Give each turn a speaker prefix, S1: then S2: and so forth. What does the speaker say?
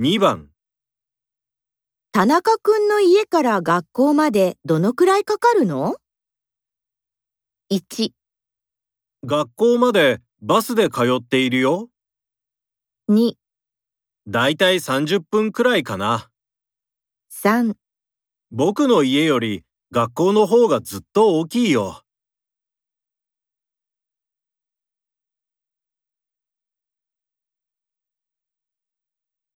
S1: 2番、
S2: 田中くんの家から学校までどのくらいかかるの ?1、
S1: 学校までバスで通っているよ。
S2: 2、
S1: だいたい30分くらいかな。
S2: 3
S1: 僕の家より学校の方がずっと大きいよ。